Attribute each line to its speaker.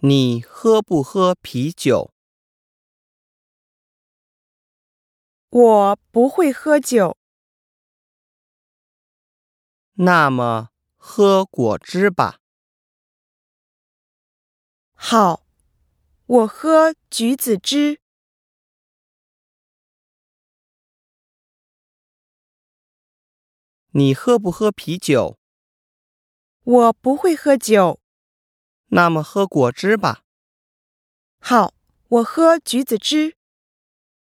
Speaker 1: 你喝不喝啤酒？
Speaker 2: 我不会喝酒，
Speaker 1: 那么喝果汁吧。
Speaker 2: 好，我喝橘子汁。
Speaker 1: 你喝不喝啤酒？
Speaker 2: 我不会喝酒，
Speaker 1: 那么喝果汁吧。
Speaker 2: 好，我喝橘子汁。